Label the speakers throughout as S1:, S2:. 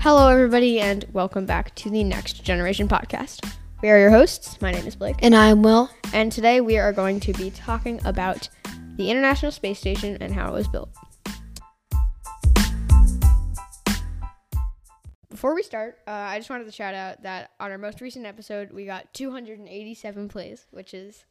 S1: Hello, everybody, and welcome back to the Next Generation Podcast. We are your hosts. My name is Blake,
S2: And I'm Will.
S1: and today we are going to be talking about the International Space Station and how it was built. Before we start, uh, I just wanted to shout out that on our most recent episode, we got 287 plays, which is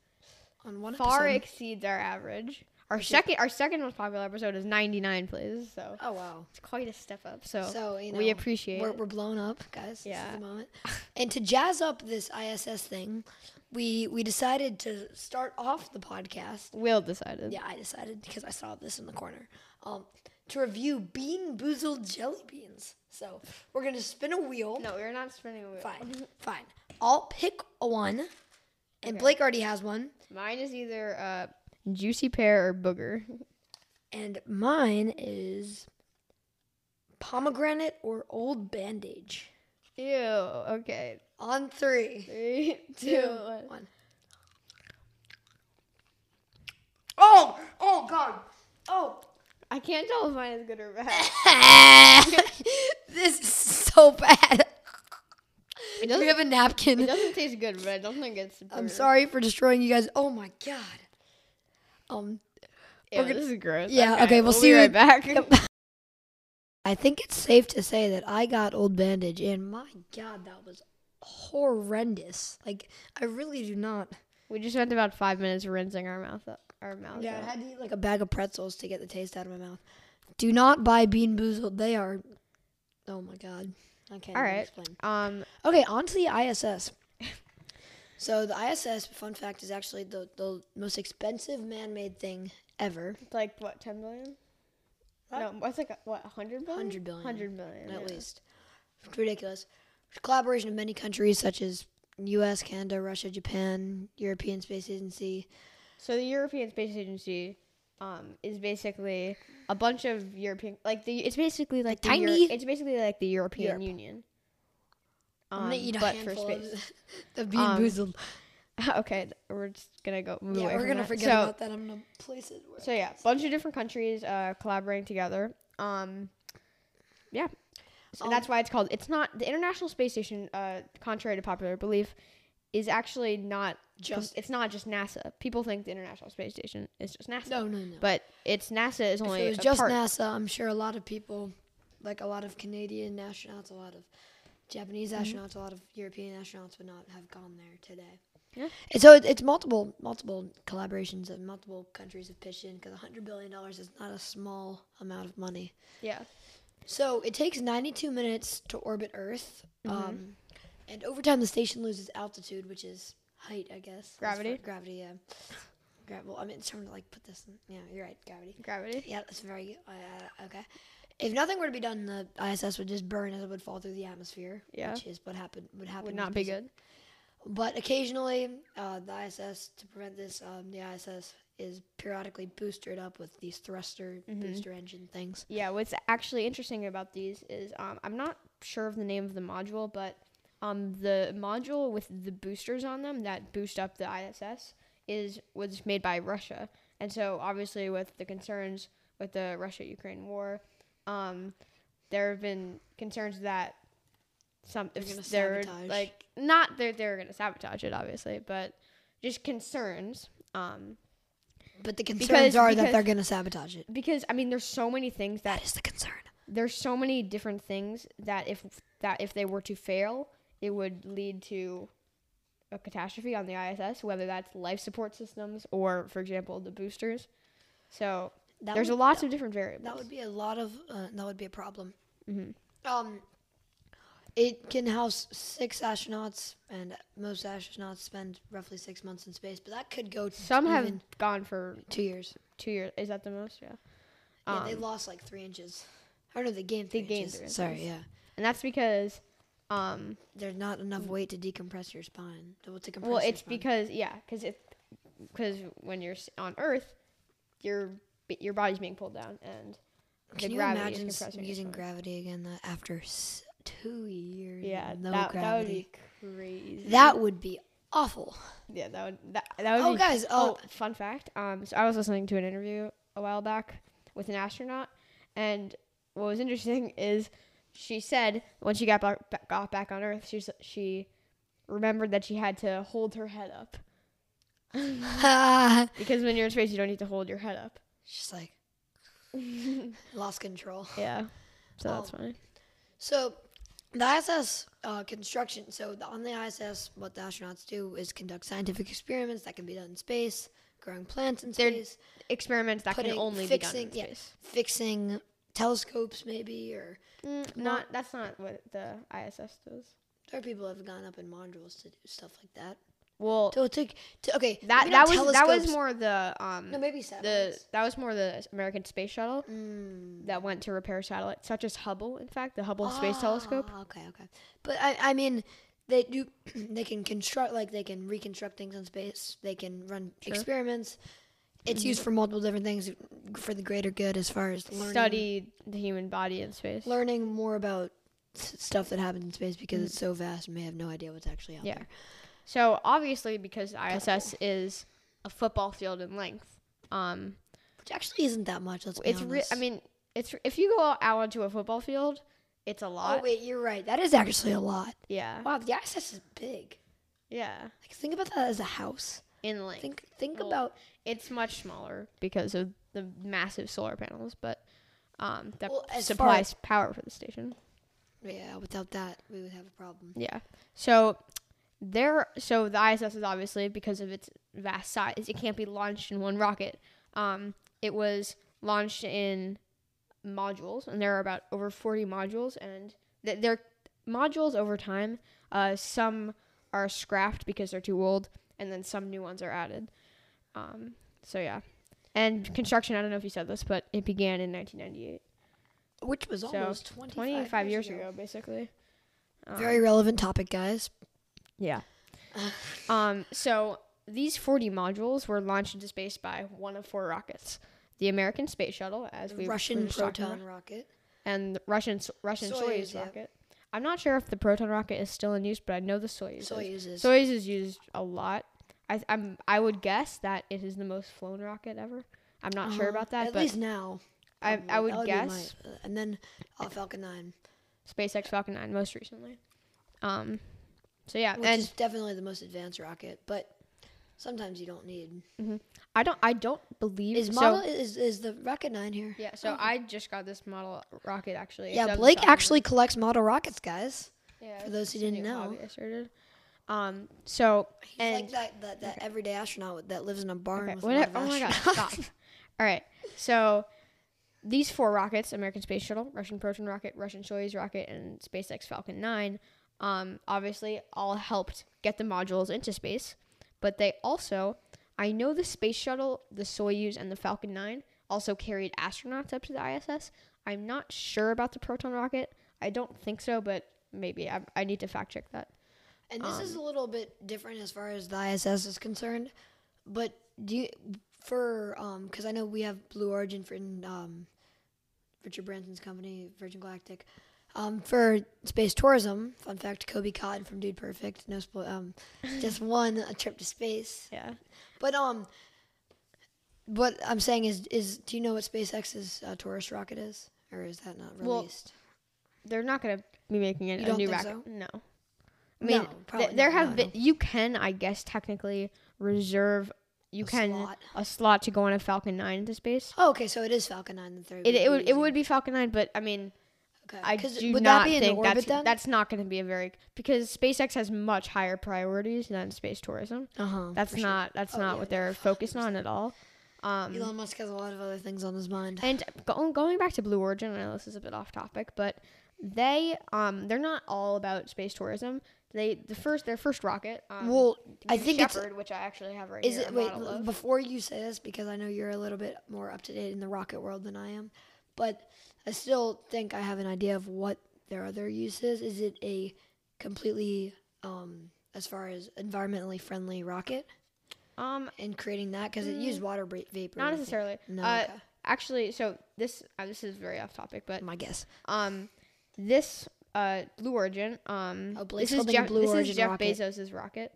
S2: On one
S1: far
S2: episode.
S1: exceeds our average. Our second, our second most popular episode is 99 plays, so
S2: Oh wow.
S1: it's quite a step up. So,
S2: So you know,
S1: we appreciate
S2: We're,
S1: it.
S2: we're blown up, guys. Yeah.
S1: Yeah.
S2: the moment. and to jazz up this ISS thing, we we decided to start off the podcast.
S1: Will decided.
S2: Yeah, I decided because I saw this in the corner. Um, to review Bean Boozled jelly beans. So we're gonna spin a wheel.
S1: No, we're not spinning a wheel.
S2: Fine, fine. I'll pick a one, and Blake already has one,
S1: Mine is either uh, juicy pear or booger.
S2: and mine is pomegranate or old bandage.
S1: Ew. Okay.
S2: On three.
S1: Three, two,
S2: two,
S1: one.
S2: one. Oh! Oh God! Oh!
S1: I can't tell if mine is good or bad.
S2: this is so bad.
S1: It
S2: Do
S1: doesn't,
S2: we have a
S1: it
S2: napkin?
S1: doesn't taste good, but I don't think it's.
S2: I'm
S1: booger.
S2: sorry for destroying you guys. Oh my God. Um,
S1: Ew,
S2: we're gonna-
S1: this is gross.
S2: Yeah, okay, we'll
S1: be
S2: see you-
S1: right back.
S2: I think it's safe to say that I got old bandage, and my God, that was horrendous. Like, I really do not.
S1: we just spent about five minutes rinsing our mouth up. Our mouth.
S2: Yeah, I
S1: out.
S2: had to eat like a bag of pretzels to get the taste out of my mouth. Do not buy Bean Boozled. They are. Oh my god. I can't
S1: All
S2: even
S1: right.
S2: explain.
S1: Um.
S2: Okay, on to the ISS. so the ISS, fun fact, is actually the, the most expensive man made thing ever.
S1: It's like what? Ten billion.
S2: What?
S1: No, what's like what? Hundred billion.
S2: 100 billion.
S1: Hundred billion.
S2: At
S1: yeah.
S2: least. It's ridiculous. Collaboration of many countries such as US, Canada, Russia, Japan, European Space Agency.
S1: So the European Space Agency um, is basically a bunch of European, like the it's basically like the
S2: tiny-
S1: Euro- it's basically like the European
S2: Europe.
S1: Union.
S2: I'm gonna
S1: Um,
S2: eat a
S1: but for
S2: handful of
S1: space.
S2: the Bean
S1: Um,
S2: Boozled.
S1: okay, th- we're just gonna go. Move
S2: Yeah,
S1: away
S2: we're
S1: from
S2: gonna
S1: that.
S2: forget
S1: so,
S2: about that. I'm gonna place it. Where
S1: So yeah, bunch of different countries uh, collaborating together. Um, yeah, so
S2: Um,
S1: that's why it's called. It's not the International Space Station. Uh, contrary to popular belief, is actually not
S2: Just-
S1: It's not just NASA. People think the International Space Station is just NASA.
S2: No, no, no.
S1: But it's NASA is
S2: if
S1: only
S2: it was
S1: a
S2: just
S1: part.
S2: NASA, I'm sure a lot of people, like a lot of Canadian astronauts, a lot of Japanese
S1: Mm-hmm.
S2: astronauts, a lot of European astronauts would not have gone there today.
S1: Yeah.
S2: And so it, it's multiple multiple collaborations and multiple countries have pitched in because 100 billion dollars is not a small amount of money.
S1: yeah.
S2: So it takes 92 minutes to orbit Earth,
S1: Mm-hmm.
S2: um, and over time the station loses altitude, which is height, I guess. That's
S1: Gravity?
S2: for- Gravity, yeah. Gra- well, I mean, it's trying to like put this. in. Yeah, you're right. Gravity.
S1: Gravity.
S2: Yeah, that's very uh, okay. If nothing were to be done, the ISS would just burn as it would fall through the atmosphere.
S1: Yeah.
S2: which is what happened. Would happen.
S1: Would
S2: in
S1: not be
S2: space.
S1: good.
S2: But occasionally, uh, the ISS to prevent this, um, the ISS is periodically boosted up with these thruster
S1: Mm-hmm.
S2: booster engine things.
S1: Yeah, what's actually interesting about these is um, I'm not sure of the name of the module, but um, the module with the boosters on them that boost up the ISS is was made by Russia, and so obviously with the concerns with the Russia-Ukraine war, um, there have been concerns that some
S2: They're
S1: if
S2: gonna
S1: they're
S2: sabotage.
S1: like not they're they're gonna sabotage it obviously, but just concerns. Um,
S2: But the concerns
S1: Because-
S2: are
S1: because-
S2: that they're going to sabotage it.
S1: because I mean, there's so many things that
S2: That is the concern.
S1: there's so many different things that if that if they were to fail, it would lead to a catastrophe on the ISS, whether that's life support systems or, for example, the boosters. So
S2: That
S1: there's
S2: would-
S1: a lots of different variables. Mm-hmm.
S2: That would be a lot of. Uh, that would be a problem. Um, it can house six astronauts, and most astronauts spend roughly six months in space. But that could go to
S1: Some have
S2: even
S1: gone for
S2: two years.
S1: two years. Is that the most? Yeah.
S2: Yeah,
S1: Um,
S2: they lost like three inches. Or no, they gained three
S1: gained
S2: inches.
S1: three
S2: Sorry,
S1: inches.
S2: yeah.
S1: and that's because, um,
S2: There's not enough weight to decompress your spine. To, to compress
S1: well,
S2: your
S1: it's
S2: spine.
S1: because yeah, because if because when you're s- on Earth, your your body's being pulled down and the
S2: Can you
S1: gravity
S2: imagine
S1: is
S2: s-
S1: compressing. your spine.
S2: using gravity again that after s- two years?
S1: Yeah,
S2: of no
S1: that, that would
S2: gravity.
S1: be crazy.
S2: that would be awful.
S1: Yeah, that would that, that would
S2: Oh,
S1: be.
S2: guys,
S1: Oh,
S2: oh.
S1: fun fact. Um, so I was listening to an interview a while back with an astronaut, and what was interesting is she said when she got back, got back on Earth, she s- she remembered that she had to hold her head up because when you're in space, you don't need to hold your head up.
S2: She's like lost control.
S1: Yeah, so that's funny.
S2: So the ISS uh, construction. So the, on the ISS, what the astronauts do is conduct scientific experiments that can be done in space, growing plants in
S1: They're
S2: space,
S1: Experiments that
S2: putting-
S1: can only
S2: fixing-
S1: be
S2: yeah.
S1: done in space.
S2: fixing telescopes maybe, or
S1: Mm, not that's not what the ISS does.
S2: there are people who have gone up in modules to do stuff like that.
S1: Well,
S2: So it took to, okay.
S1: that that
S2: maybe not
S1: was that was
S2: telescopes.
S1: more the um
S2: no maybe
S1: the
S2: satellites.
S1: that was more the American space shuttle
S2: Mm.
S1: that went to repair satellites such as Hubble. In fact, the Hubble Space Telescope.
S2: Ah, Okay, okay. But I, I mean, they do. They can construct, like they can reconstruct things in space. They can run
S1: Sure. Mm-hmm.
S2: experiments. It's used for multiple different things for the greater good, as far as learning,
S1: Studied the human body in space.
S2: learning more about s- stuff that happens in space because it's so vast and we have no idea what's actually out
S1: Mm. Yeah.
S2: there.
S1: So obviously, because the ISS is a football field in length, um,
S2: Which actually isn't that much. Let's be
S1: it's re-
S2: honest.
S1: I mean, it's if you go out onto a football field, it's a lot.
S2: oh wait, you're right. That is actually a lot.
S1: Yeah,
S2: Wow, the ISS is big.
S1: yeah,
S2: Like think about that as a house.
S1: in length.
S2: Think think
S1: Well,
S2: about
S1: it's much smaller because of the massive solar panels, but um, that
S2: Well, as far-
S1: supplies power for the station.
S2: yeah. Without that, we would have a problem.
S1: Yeah. So there so the ISS is obviously because of its vast size, it can't be launched in one rocket. Um it was launched in modules and there are about over 40 modules and th- they're modules over time. Uh some are scrapped because they're too old and then some new ones are added. Um so yeah. And construction, I don't know if you said this, but it began in 1998.
S2: which was
S1: So,
S2: almost 25,
S1: 25 years ago, basically. Um,
S2: Very relevant topic, guys.
S1: Yeah. um, so these 40 modules were launched into space by one of four rockets. The American space shuttle, as we were
S2: Russian
S1: just talking
S2: proton
S1: about,
S2: rocket.
S1: and the Russian S- Russian Soyuz,
S2: Soyuz, yeah.
S1: rocket. I'm not sure if the proton rocket is still in use, but I know the Soyuz. is.
S2: Soyuz is.
S1: Soyuz is used a lot. I, I'm I would guess that it is the most flown rocket ever. I'm not sure
S2: Uh-huh.
S1: about that,
S2: At
S1: but
S2: least now.
S1: I,
S2: probably.
S1: I would
S2: That be my-
S1: guess
S2: uh, and then uh, Falcon 9,
S1: SpaceX Falcon 9 most recently. Um, so yeah,
S2: which
S1: and
S2: is definitely the most advanced rocket, but sometimes you don't need.
S1: I don't I don't believe
S2: Is
S1: so-
S2: model is is the rocket 9 here?
S1: Yeah, so I just got this model rocket actually.
S2: Oh. Yeah,
S1: It's on the
S2: Blake
S1: top of
S2: actually collects model rockets, guys.
S1: my- yeah,
S2: for those who
S1: it's a
S2: didn't
S1: new
S2: know.
S1: hobby I started. Um, so
S2: He's
S1: and
S2: like that, that, that everyday astronaut that lives in a barn
S1: okay,
S2: with
S1: what,
S2: a lot of
S1: oh my god,
S2: astronauts.
S1: stop! All right, so these four rockets: American Space Shuttle, Russian Proton rocket, Russian Soyuz rocket, and SpaceX Falcon 9. Um, obviously, all helped get the modules into space, but they also, I know the Space Shuttle, the Soyuz, and the Falcon 9 also carried astronauts up to the ISS. I'm not sure about the Proton rocket. I don't think so, but maybe I, I need to fact check that.
S2: And this
S1: Um,
S2: is a little bit different as far as the ISS is concerned, but do you for um because I know we have Blue Origin for um Richard Branson's company Virgin Galactic, um for space tourism. Fun fact: Kobe Cotton from Dude Perfect, no spoil, um just won a trip to space.
S1: Yeah.
S2: But um, what I'm saying is is do you know what SpaceX's uh, tourist rocket is, or is that not
S1: Well,
S2: released?
S1: They're not going to be making it
S2: You
S1: a
S2: don't
S1: new
S2: think
S1: rocket.
S2: so?
S1: No. I mean,
S2: No,
S1: th-
S2: probably
S1: there
S2: not,
S1: have
S2: no,
S1: been, you can, I guess, technically reserve, you
S2: A
S1: can,
S2: slot.
S1: a slot to go on a Falcon 9 into space.
S2: Oh, okay, so it is Falcon 9 that they're
S1: It, it,
S2: gonna
S1: would,
S2: be
S1: it would be Falcon 9, but I mean,
S2: using. Okay.
S1: I
S2: 'Cause
S1: do
S2: would
S1: not
S2: that be in
S1: think
S2: orbit
S1: that's,
S2: then?
S1: that's not going to be a very, because SpaceX has much higher priorities than space tourism.
S2: Uh-huh.
S1: That's not, that's
S2: Oh,
S1: not
S2: yeah,
S1: what
S2: no,
S1: they're focused on at all. Um,
S2: Elon Musk has a lot of other things on his mind.
S1: And go, going back to Blue Origin, I know this is a bit off topic, but they um they're not all about space tourism. They the first their first rocket. Um,
S2: Well, I
S1: New
S2: think it's-
S1: Shepard, which I actually have right
S2: Is
S1: here.
S2: it
S1: a
S2: wait
S1: model
S2: l-
S1: of.
S2: before you say this because I know you're a little bit more up to date in the rocket world than I am, but I still think I have an idea of what their other use is. Is it a completely um as far as environmentally friendly rocket
S1: Um,
S2: and creating that because it used water bra- vapor? I
S1: Mm. not
S2: think.
S1: necessarily.
S2: No,
S1: Uh,
S2: okay.
S1: actually, so this uh, this is very off topic, but
S2: my guess.
S1: um, this uh Blue Origin um
S2: Oh,
S1: this
S2: Blake's
S1: is
S2: holding a
S1: Jeff
S2: Blue
S1: this
S2: Origin
S1: is Jeff
S2: rocket.
S1: Bezos's rocket,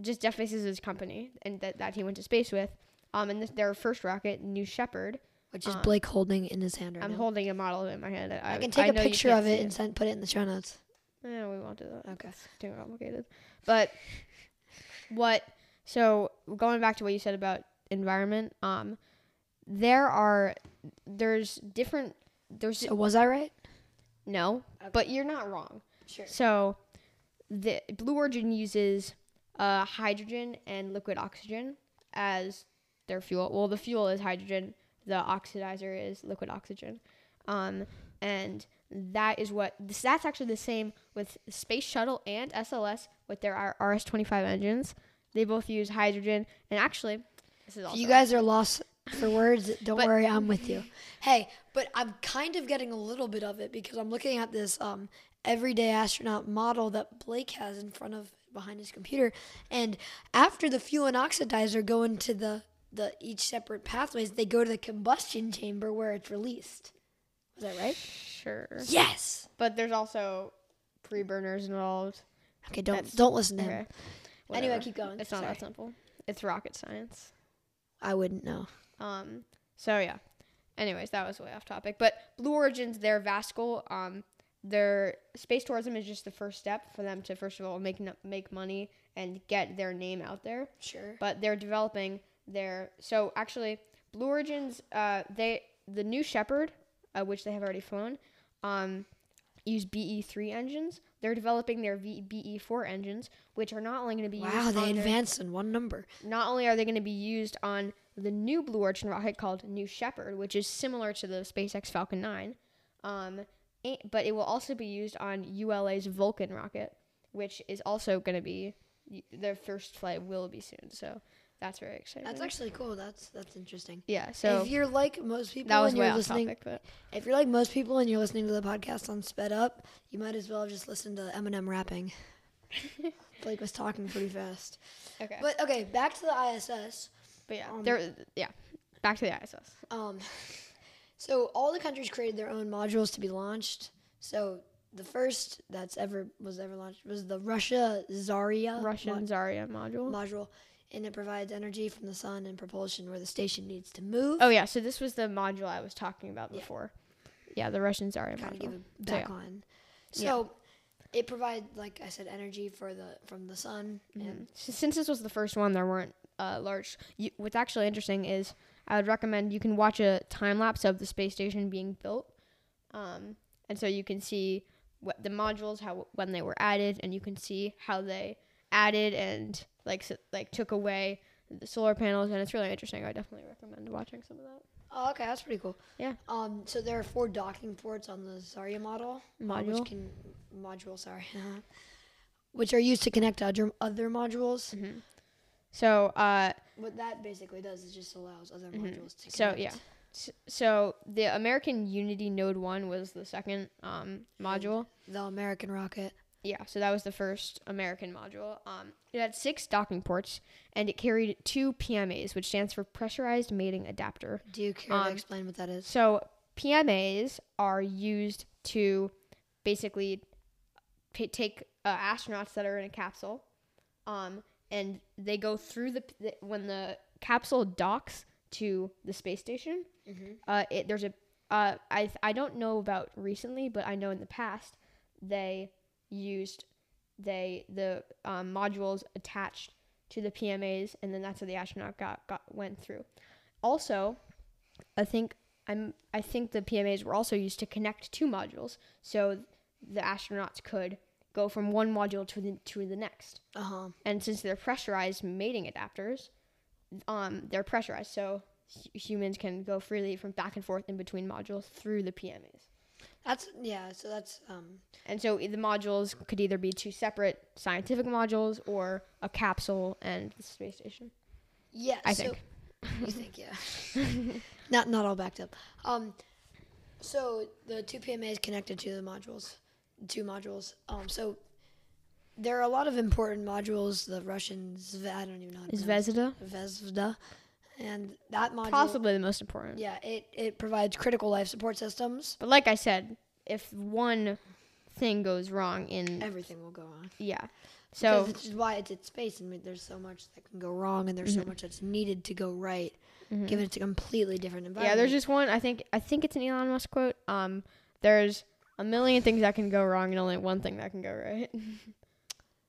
S1: just Jeff Bezos's company, and that that he went to space with. Um, and this, their first rocket, New Shepard,
S2: which is
S1: Um,
S2: Blake holding in his hand right
S1: I'm
S2: now.
S1: holding a model of it in my hand. I,
S2: I can take
S1: a
S2: a picture of it and send, put it in the show notes.
S1: Yeah, Eh, we won't do that.
S2: Okay.
S1: It's too complicated. But what? So going back to what you said about environment, um, there are there's different there's
S2: So was I right?
S1: no,
S2: Okay.
S1: but you're not wrong.
S2: Sure.
S1: So the Blue Origin uses uh, hydrogen and liquid oxygen as their fuel. Well, the fuel is hydrogen. The oxidizer is liquid oxygen, um, and that is what this, that's actually the same with space shuttle and SLS with their R- RS-25 engines. They both use hydrogen, and actually, this is
S2: If
S1: also
S2: you guys are lost for words, don't
S1: But-
S2: worry, I'm with you. Hey, but I'm kind of getting a little bit of it because I'm looking at this um, everyday astronaut model that Blake has in front of behind his computer, and after the fuel and oxidizer go into the the each separate pathways, they go to the combustion chamber where it's released. Was that right?
S1: sure,
S2: Yes.
S1: but there's also pre-burners involved.
S2: Okay, don't
S1: That's-
S2: don't listen to him.
S1: Okay.
S2: Anyway,
S1: Whatever.
S2: keep going.
S1: It's not
S2: Sorry.
S1: that simple. It's rocket science.
S2: I wouldn't know.
S1: Um, so yeah. Anyways, that was way off topic. But Blue Origin's their Vascal, um, their space tourism is just the first step for them to first of all make n- make money and get their name out there.
S2: Sure.
S1: But they're developing their so actually Blue Origin's uh, they the new Shepard, uh, which they have already flown, um, use BE three engines. They're developing their v- BE four engines, which are not only going to be
S2: Wow,
S1: used
S2: they
S1: on their-
S2: advanced in one number.
S1: not only are they going to be used on the new Blue Origin rocket called New Shepard, which is similar to the SpaceX Falcon 9, um, a- but it will also be used on ULA's Vulcan rocket, which is also going to be their first flight will be soon. So that's very exciting.
S2: That's actually cool. That's that's interesting.
S1: yeah. So
S2: if you're like most people
S1: that was
S2: and
S1: way
S2: you're
S1: off
S2: listening,
S1: topic, but
S2: if you're like most people and you're listening to the podcast on sped up, you might as well just listen to Eminem rapping. Blake was talking pretty fast.
S1: okay. But,
S2: But okay, back to the ISS.
S1: yeah,
S2: um,
S1: there. Yeah, back to the ISS.
S2: Um, so all the countries created their own modules to be launched. So the first that's ever was ever launched was the Russia Zarya
S1: Russian
S2: mo-
S1: Zarya module.
S2: module, and it provides energy from the sun and propulsion where the station needs to move.
S1: oh yeah. So this was the module I was talking about
S2: Yeah.
S1: before. Yeah, the Russian Zarya
S2: kind of
S1: module.
S2: give it back
S1: yeah.
S2: on.
S1: Yeah.
S2: So it provides, like I said, energy for the from the sun. And
S1: S- Since this was the first one, there weren't uh, large. You, what's actually interesting is I would recommend you can watch a time lapse of the space station being built, um, and so you can see what the modules, how when they were added, and you can see how they added and like s like took away the solar panels, and it's really interesting. I definitely recommend watching some of that
S2: oh, okay, that's pretty cool.
S1: Yeah.
S2: Um. So there are four docking ports on the Zarya model, uh,
S1: module.
S2: which can module. Sorry. Which are used to connect to other, other modules.
S1: mm-hmm. So uh,
S2: What that basically does is just allows other modules
S1: Mm-hmm.
S2: to connect.
S1: So, yeah. s- so the American Unity Node One was the second um, module.
S2: The American rocket.
S1: Yeah, so that was the first American module. Um, it had six docking ports, and it carried two PMAs, which stands for Pressurized Mating Adapter.
S2: Do you care to
S1: Um,
S2: explain what that is?
S1: So PMAs are used to basically p- take uh, astronauts that are in a capsule, um, and they go through the, p- the when the capsule docks to the space station. Uh, it, there's a uh, I I don't know about recently, but I know in the past they used they the um, modules attached to the PMAs, and then that's what the astronaut got, got went through. Also, I think I'm I think the PMAs were also used to connect two modules, so the astronauts could go from one module to the to the next.
S2: Uh huh.
S1: And since they're pressurized mating adapters, um, they're pressurized, so hu- humans can go freely from back and forth in between modules through the PMAs.
S2: That's yeah. So that's um.
S1: And so i- the modules could either be two separate scientific modules or a capsule and the space station.
S2: Yeah.
S1: I
S2: so,
S1: think.
S2: You think, yeah. not not all backed up. Um, so the two PMAs connected to the modules, two modules. Um, so there are a lot of important modules. The Russian Zv, I don't even know. how to
S1: Is
S2: pronounce
S1: Vesida
S2: it. Vezda, and that module.
S1: possibly the most important?
S2: Yeah, it it provides critical life support systems.
S1: But like I said, if one thing goes wrong in
S2: Everything will go on.
S1: yeah,
S2: So
S1: so Mm-hmm.
S2: which is why it's in space, and there's so much that can go wrong, and there's so much that's needed to go right. given it's a completely different
S1: Yeah,
S2: environment.
S1: there's just one. I think I think it's an Elon Musk quote. Um, there's a million things that can go wrong and only one thing that can go right.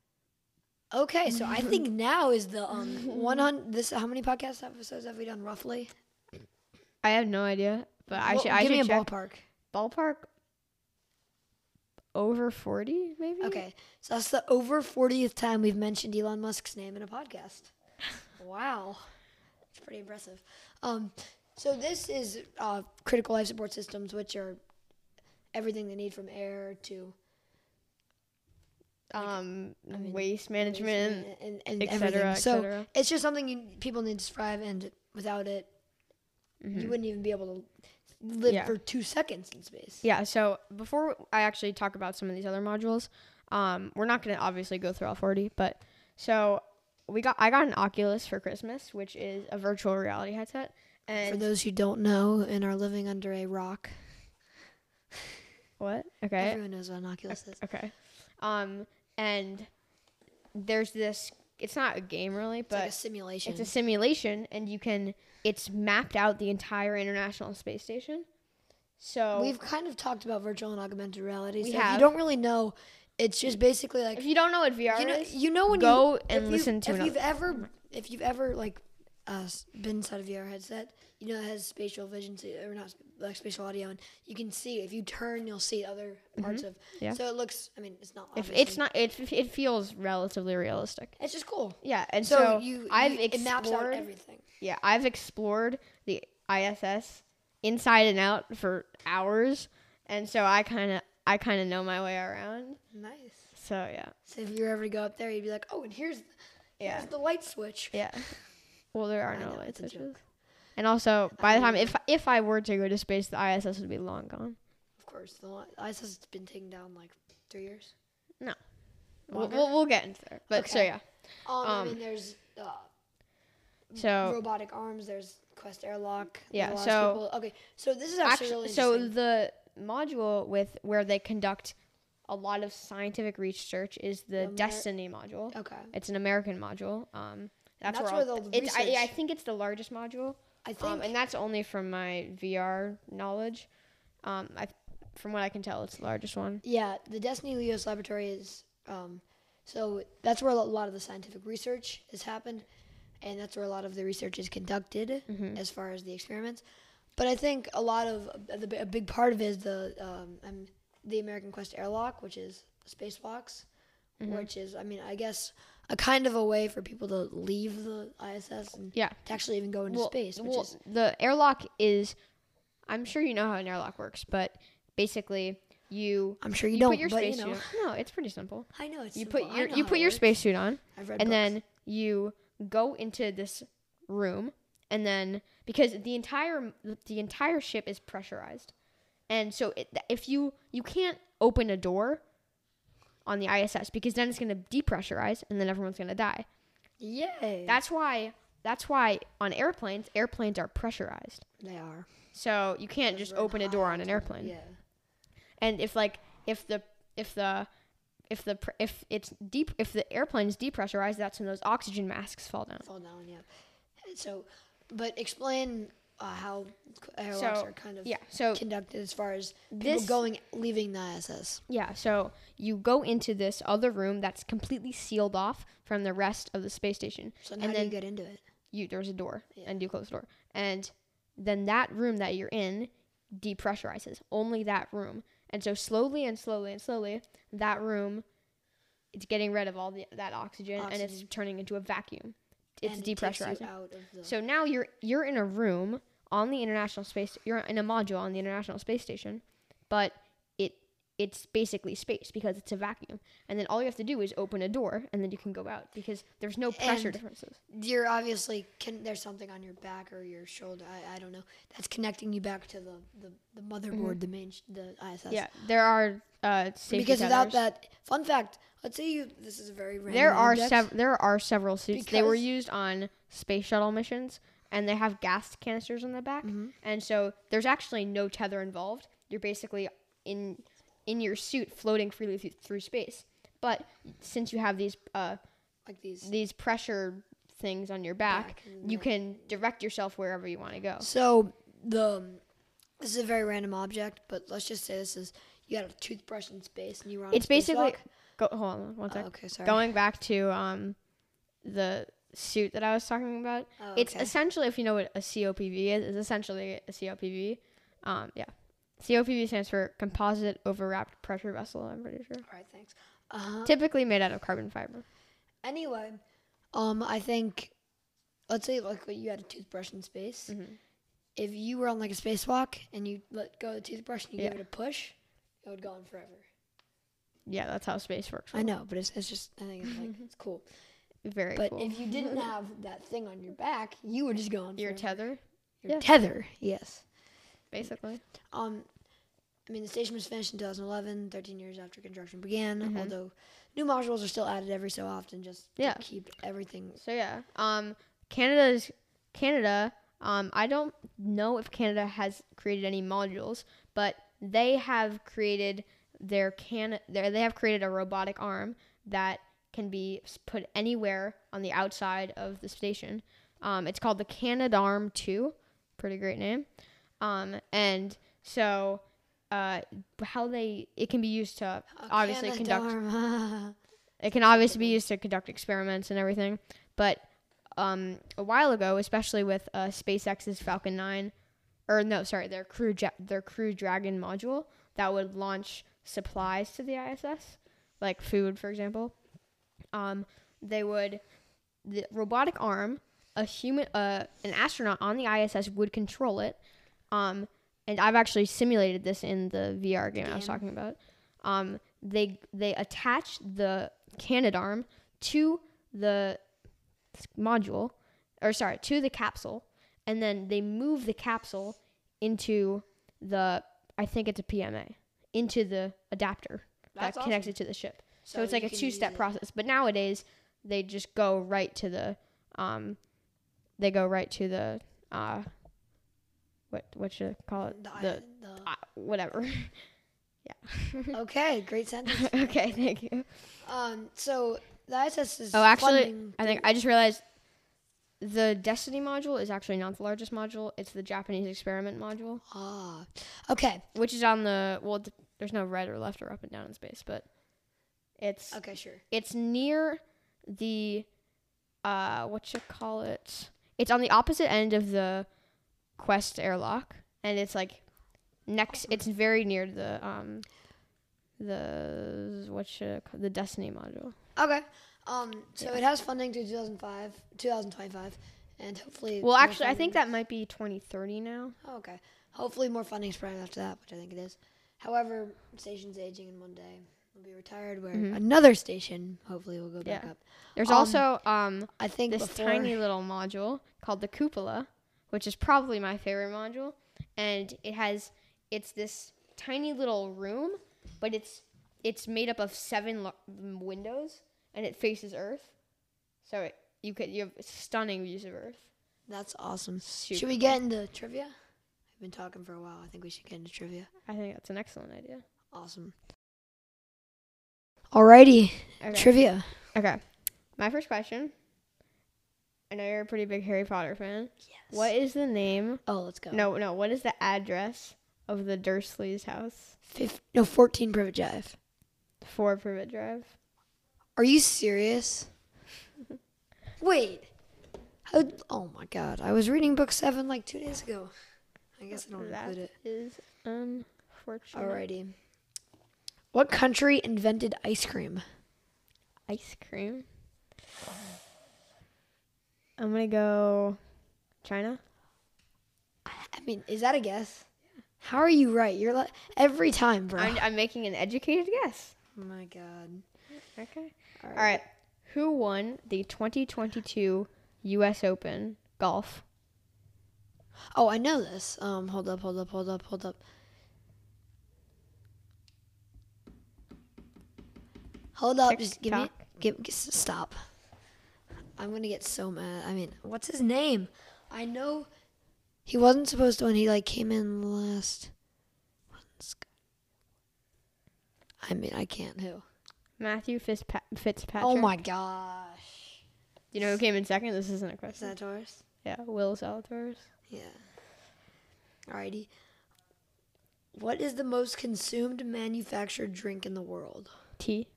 S2: okay. So I think now is the um one on this. How many podcast episodes have we done roughly?
S1: I have no idea, but I
S2: Well,
S1: should I
S2: give
S1: should
S2: me a
S1: check
S2: ballpark.
S1: ballpark over forty maybe.
S2: Okay, so that's the over fortieth time we've mentioned Elon Musk's name in a podcast. wow, it's pretty impressive. Um, so this is uh, critical life support systems, which are everything they need from air to
S1: Um,
S2: I mean,
S1: waste management,
S2: and, and
S1: et
S2: everything.
S1: cetera, et
S2: so
S1: cetera.
S2: it's just something you, people need to strive, and without it,
S1: Mm-hmm.
S2: you wouldn't even be able to live
S1: Yeah.
S2: for two seconds in space.
S1: Yeah, so before I actually talk about some of these other modules, um, we're not going to obviously go through all 40, but so we got I got an Oculus for Christmas, which is a virtual reality headset.
S2: For
S1: And
S2: those who don't know and are living under a rock,
S1: what? Okay.
S2: everyone knows what an Oculus is.
S1: Okay. Um and there's this it's not a game really,
S2: It's like
S1: but
S2: a simulation.
S1: it's a simulation and you can it's mapped out the entire International Space Station. So
S2: We've kind of talked about virtual and augmented
S1: We
S2: reality. so if
S1: have.
S2: you don't really know, it's just basically like
S1: if you don't know what VR
S2: you know
S1: is,
S2: you know when
S1: go
S2: you,
S1: and
S2: if you-
S1: listen to
S2: if
S1: an-
S2: you've ever if you've ever like uh, s- been inside a VR headset, you know it has spatial vision to, or not sp- like spatial audio, and you can see if you turn, you'll see other parts of.
S1: Mm-hmm. Yeah.
S2: So it looks. I mean, it's not.
S1: if
S2: obviously-
S1: it's not it, it feels relatively realistic.
S2: It's just cool.
S1: Yeah, and so,
S2: So, you,
S1: I've
S2: you-
S1: explored.
S2: it maps out everything.
S1: Yeah, I've explored the ISS inside and out for hours, and so I kind of I kind of know my way around.
S2: Nice.
S1: So yeah,
S2: So if you were ever to go up there, you'd be like, oh, and here's
S1: Yeah.
S2: here's the light switch.
S1: yeah. Well, there are
S2: I
S1: no
S2: know,
S1: light
S2: it's a
S1: switches.
S2: joke.
S1: And also, by the time
S2: mean-
S1: if if I were to go to space, the ISS would be long gone.
S2: Of course, the li- ISS has been taken down like three years.
S1: We'll,
S2: Longer?
S1: we'll, we'll get into there. But so
S2: Okay.
S1: yeah,
S2: Um,
S1: Um,
S2: I mean, there's uh,
S1: so
S2: robotic arms. There's Quest Airlock. there's
S1: Yeah,
S2: a lot of
S1: so-
S2: people- okay, so this is actually, really
S1: so
S2: interesting.
S1: the module with where they conduct a lot of scientific research is the
S2: The Amer-
S1: Destiny module.
S2: okay,
S1: It's an American module. Um, that's,
S2: that's
S1: where,
S2: where
S1: all,
S2: the
S1: it's, I, I
S2: research-
S1: think it's the largest module,
S2: I think
S1: um, and that's only from my VR knowledge. Um, I, from what I can tell, it's the largest one.
S2: yeah, the Destiny Leos Laboratory is um, so that's where a lot of the scientific research has happened, and that's where a lot of the research is conducted
S1: Mm-hmm.
S2: as far as the experiments. But I think a lot of the a big part of it is the um, um, the American Quest Airlock, which is spacewalks,
S1: Mm-hmm.
S2: which is I mean I guess a kind of a way for people to leave the ISS and
S1: Yeah.
S2: to actually even go into
S1: Well,
S2: space, which
S1: well,
S2: is
S1: the airlock is. I'm sure you know how an airlock works, but basically you
S2: I'm sure you,
S1: you,
S2: don't,
S1: put your
S2: but you
S1: spacesuit.
S2: know
S1: No, it's pretty simple.
S2: I know it's
S1: you
S2: simple.
S1: put
S2: I
S1: your
S2: know
S1: you
S2: how
S1: put
S2: it
S1: your
S2: works.
S1: spacesuit on.
S2: I've read
S1: and
S2: books.
S1: then you go into this room and then because the entire the entire ship is pressurized and so it, if you you can't open a door on the ISS because then it's going to depressurize and then everyone's going to die.
S2: yay
S1: That's why that's why on airplanes airplanes are pressurized.
S2: they are
S1: So you can't just open a door on an airplane.
S2: yeah.
S1: And if like if the if the if the pr- if it's deep if the airplane is depressurized that's when those oxygen masks fall down.
S2: fall down. Yeah. So, but explain uh, how qu- airlocks
S1: So,
S2: are kind of
S1: Yeah. So
S2: conducted as far as
S1: This-
S2: people going leaving the ISS.
S1: Yeah, so you go into this other room that's completely sealed off from the rest of the space station.
S2: So how
S1: and
S2: do
S1: then
S2: you get into it?
S1: you there's a door
S2: Yeah.
S1: and you close the door. And then that room that you're in depressurizes. Only that room. And so slowly and slowly and slowly that room it's getting rid of all the, that oxygen, and it's
S2: Oxygen.
S1: turning into a vacuum. It's
S2: And it takes you
S1: depressurizing.
S2: out of the-
S1: So now you're you're in a room on the International Space you're in a module on the International Space Station, but it it's basically space because it's a vacuum. And then all you have to do is open a door and then you can go out because there's no pressure
S2: And-
S1: differences.
S2: You're obviously can, there's something on your back or your shoulder. I, I don't know. That's connecting you back to the the, the motherboard, the main sh- the ISS.
S1: Mm-hmm. Yeah, there are uh safety
S2: Because
S1: tethers.
S2: without that, fun fact. Let's say you. This is a very random.
S1: there are
S2: object.
S1: sev- there are several suits. They were
S2: Because-
S1: used on space shuttle missions and they have gas canisters on the back.
S2: Mm-hmm.
S1: And so there's actually no tether involved. You're basically in in your suit floating freely th- through space. But since you have these uh
S2: like these.
S1: these pressure things on your back,
S2: Back and
S1: you can direct yourself wherever you want to go.
S2: So the this is a very random object, but let's just say this is you got a toothbrush in space and you were on. a
S1: It's basically
S2: spacewalk.
S1: go, hold on one
S2: Oh,
S1: sec.
S2: okay, sorry.
S1: Going back to um the suit that I was talking about.
S2: Oh,
S1: It's
S2: okay.
S1: essentially if you know what a COPV is, it's essentially a COPV. Um yeah. COPV stands for composite overwrapped pressure vessel, I'm pretty sure.
S2: all right. Thanks. Uh,
S1: Typically made out of carbon fiber.
S2: anyway, um, I think let's say like you had a toothbrush in space.
S1: Mm-hmm.
S2: If you were on like a spacewalk and you let go of the toothbrush and you
S1: Yeah.
S2: give it a push, it would go on forever.
S1: Yeah, that's how space works.
S2: I know, but it's, it's just I think it's like it's cool.
S1: Very
S2: But
S1: cool.
S2: if you didn't have that thing on your back, you would just go on
S1: Your
S2: forever.
S1: tether,
S2: Your
S1: yeah.
S2: tether, yes.
S1: basically.
S2: Um, I mean, the station was finished in 2011, 13 years after construction began.
S1: Mhm.
S2: Although new modules are still added every so often, just
S1: Yeah.
S2: to keep everything.
S1: So yeah, um, Canada's Canada. Um, I don't know if Canada has created any modules, but they have created their can. Their, they have created a robotic arm that can be s- put anywhere on the outside of the station. Um, it's called the Canadarm Two. Pretty great name. Um, and so, uh, how they it can be used to obviously conduct
S2: conduct.
S1: it can obviously be used to conduct experiments and everything, but um, a while ago, especially with uh, SpaceX's Falcon 9, or no, sorry, their Crew ja- their Crew Dragon module that would launch supplies to the ISS, like food, for example. Um, they would the robotic arm, a human, uh, an astronaut on the ISS would control it. Um, and I've actually simulated this in the VR game I was
S2: Damn.
S1: talking about. Um, they they attach the Canadarm to the module, or sorry, to the capsule, and then they move the capsule into the I think it's a PMA into the adapter
S2: That's
S1: that connects it to the ship. So, it's
S2: you
S1: like a
S2: can
S1: two step
S2: use it.
S1: process. But nowadays they just go right to the um they go right to the uh what what should I call it?
S2: The
S1: oh, The,
S2: island, the-
S1: uh, whatever.
S2: okay, great sentence.
S1: okay, thank you.
S2: Um, so the ISS is
S1: Oh, actually,
S2: funding
S1: I think I just realized the Destiny module is actually not the largest module. It's the Japanese experiment module,
S2: Ah, okay,
S1: which is on the well th- there's no right or left or up and down in space, but it's
S2: okay, sure.
S1: it's near the uh what you call it it's on the opposite end of the quest airlock and it's like next it's very near the um the what should I call the destiny module
S2: Okay, um, so it has funding through 2005, 2025, and hopefully.
S1: well
S2: more
S1: actually i think that
S2: funding-
S1: might be 2030 now
S2: Oh, okay, hopefully more funding is provided after that, which I think it is. However, station's aging, and one day we'll be retired, where
S1: Mhm.
S2: another station hopefully will go back
S1: Yeah.
S2: up.
S1: there's
S2: Um,
S1: also um
S2: I think
S1: this
S2: before,
S1: tiny little module called the cupola, which is probably my favorite module, and it has it's this tiny little room, but it's it's made up of seven lo- windows and it faces Earth, so it, you could you have stunning views of Earth.
S2: That's awesome.
S1: Super
S2: Should we get into trivia? We've been talking for a while. I think we should get into trivia.
S1: I think that's an excellent idea.
S2: Awesome. Alrighty,
S1: Okay.
S2: trivia.
S1: okay, my first question. I know you're a pretty big Harry Potter fan.
S2: Yes.
S1: What is the name?
S2: Oh, let's go.
S1: No, no. What is the address of the Dursleys' house?
S2: Fif- no, fourteen Privet Drive.
S1: Four Privet Drive.
S2: Are you serious? Wait. How, oh my God! I was reading book seven like two days ago. I guess I don't
S1: That
S2: include it.
S1: is unfortunate.
S2: Alrighty. What country invented ice cream?
S1: Ice cream. I'm gonna go China.
S2: I mean, is that a guess? How are you right? You're like every time, bro.
S1: I'm, I'm making an educated guess.
S2: Oh my god.
S1: Okay.
S2: All
S1: All right. Who won the 2022 U.S. Open golf?
S2: Oh, I know this. Um, hold up, hold up, hold up, hold up. Hold up. Just give me.
S1: Tick-tock.
S2: Give. g- s- Stop. I'm gonna get so mad. I mean, what's his name? I know. He wasn't supposed to when he like came in last. Wasn't sc- I mean, I can't. Who?
S1: Matthew Fitzpa- Fitzpatrick.
S2: Oh my gosh.
S1: Do you know who came in second? This isn't a
S2: Is
S1: question.
S2: that Taurus?
S1: yeah, Will Salvatore.
S2: Yeah. Alrighty. What is the most consumed manufactured drink in the world?
S1: T.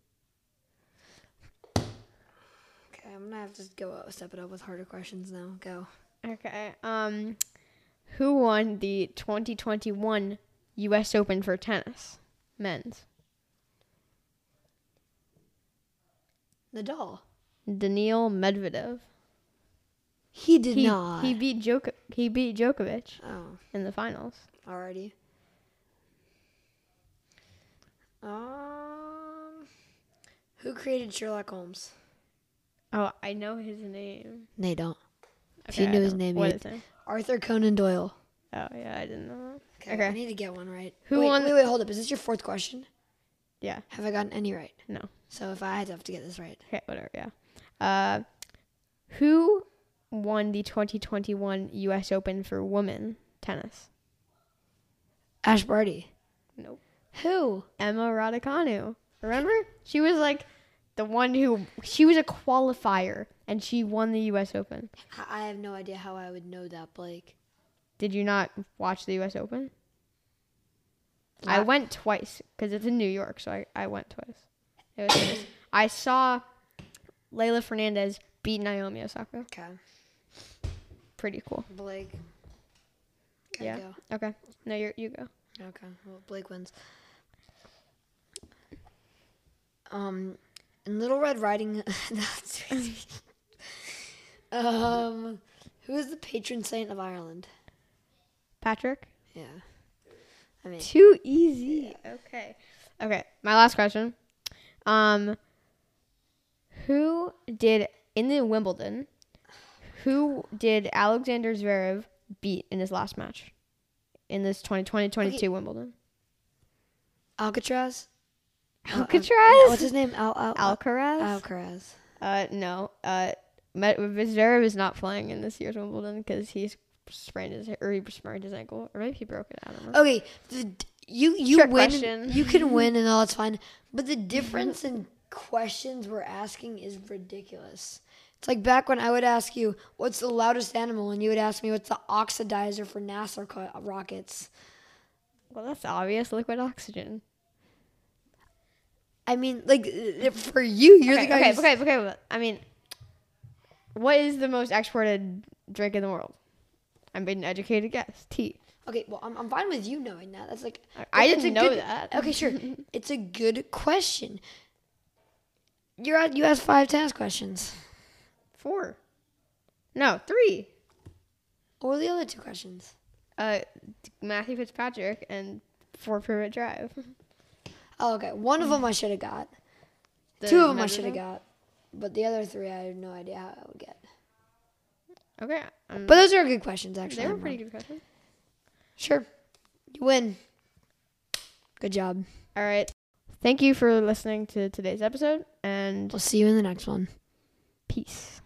S2: Okay, I'm gonna have to go up, step it up with harder questions now. Go.
S1: Okay. Um, who won the 2021 U.S. Open for tennis, men's?
S2: Nadal.
S1: Daniil Medvedev.
S2: He did
S1: he,
S2: not.
S1: He beat Joko- He beat Djokovic
S2: oh,
S1: in the finals.
S2: alrighty. Um, who created Sherlock Holmes?
S1: Oh, I know his name.
S2: They don't. If you knew
S1: I
S2: his
S1: don't-
S2: name,
S1: what
S2: you'd-
S1: is it?
S2: Arthur Conan Doyle.
S1: Oh yeah, I didn't know. That.
S2: Okay, I
S1: Okay.
S2: need to get one right.
S1: Who
S2: wait,
S1: won-
S2: Wait, wait, hold up. Is this your fourth question?
S1: Yeah.
S2: Have I gotten any right?
S1: No.
S2: So if I had to have to get this right,
S1: Okay, whatever. Yeah. Uh, who won the 2021 U.S. Open for women tennis?
S2: Ash Barty.
S1: Nope.
S2: Who?
S1: Emma Raducanu. Remember? She was like the one who she was a qualifier and she won the U.S. Open.
S2: I- I have no idea how I would know that, Blake.
S1: Did you not watch the U.S. Open? I
S2: La-
S1: went twice because it's in New York, so I, I went twice. It was nice. I saw Layla Fernandez beat Naomi Osaka.
S2: Okay,
S1: Pretty cool.
S2: Blake. Okay,
S1: Yeah.
S2: Go.
S1: Okay, no, you you go.
S2: Okay. Well, Blake wins. Um, in Little Red Riding. that's um, who is the patron saint of Ireland?
S1: Patrick,
S2: Yeah. I mean,
S1: too easy. Okay, okay. My last question. Um, who did in the Wimbledon? Who did Alexander Zverev beat in his last match? In this 2020 22 Wimbledon,
S2: Alcatraz. Al- Al-
S1: Alcatraz,
S2: What's his name? Al Al Al-
S1: Alcaraz,
S2: Alcaraz.
S1: Uh, no. Uh, Med- Zverev is not playing in this year's Wimbledon because he sprained his or he sprained his ankle or maybe he broke it. I don't know.
S2: Okay, the, d- you you
S1: Trick
S2: win.
S1: question.
S2: You can win, and all that's fine. But the difference in questions we're asking is ridiculous. It's like back when I would ask you, "What's the loudest animal?" and you would ask me, "What's the oxidizer for NASA co- uh, rockets?"
S1: Well, that's obvious. Liquid oxygen.
S2: I mean, like uh, for you, you're
S1: okay,
S2: the guy.
S1: okay,
S2: who's-
S1: okay, okay, but, I mean, what is the most exported drink in the world? I'm being an educated guess. Tea.
S2: Okay, well, I'm, I'm fine with you knowing that. That's like
S1: I- I
S2: it's a
S1: didn't know
S2: good- e-,
S1: that.
S2: Okay, sure. it's a good question. You're at, you asked five task questions,
S1: Four. No, three.
S2: or the other two questions.
S1: Uh, Matthew Fitzpatrick and Four Pyramid Drive.
S2: Oh, okay. One
S1: Mm.
S2: of them I should have got.
S1: The
S2: Two of them I
S1: Madrid
S2: should have
S1: one?
S2: got, but the other three I have no idea how I would get.
S1: Okay. Um,
S2: But those are good questions, actually.
S1: they were
S2: I'm
S1: pretty
S2: wrong.
S1: good questions.
S2: Sure, you win. Good job.
S1: All right. Thank you for listening to today's episode and
S2: We'll see you in the next one.
S1: peace.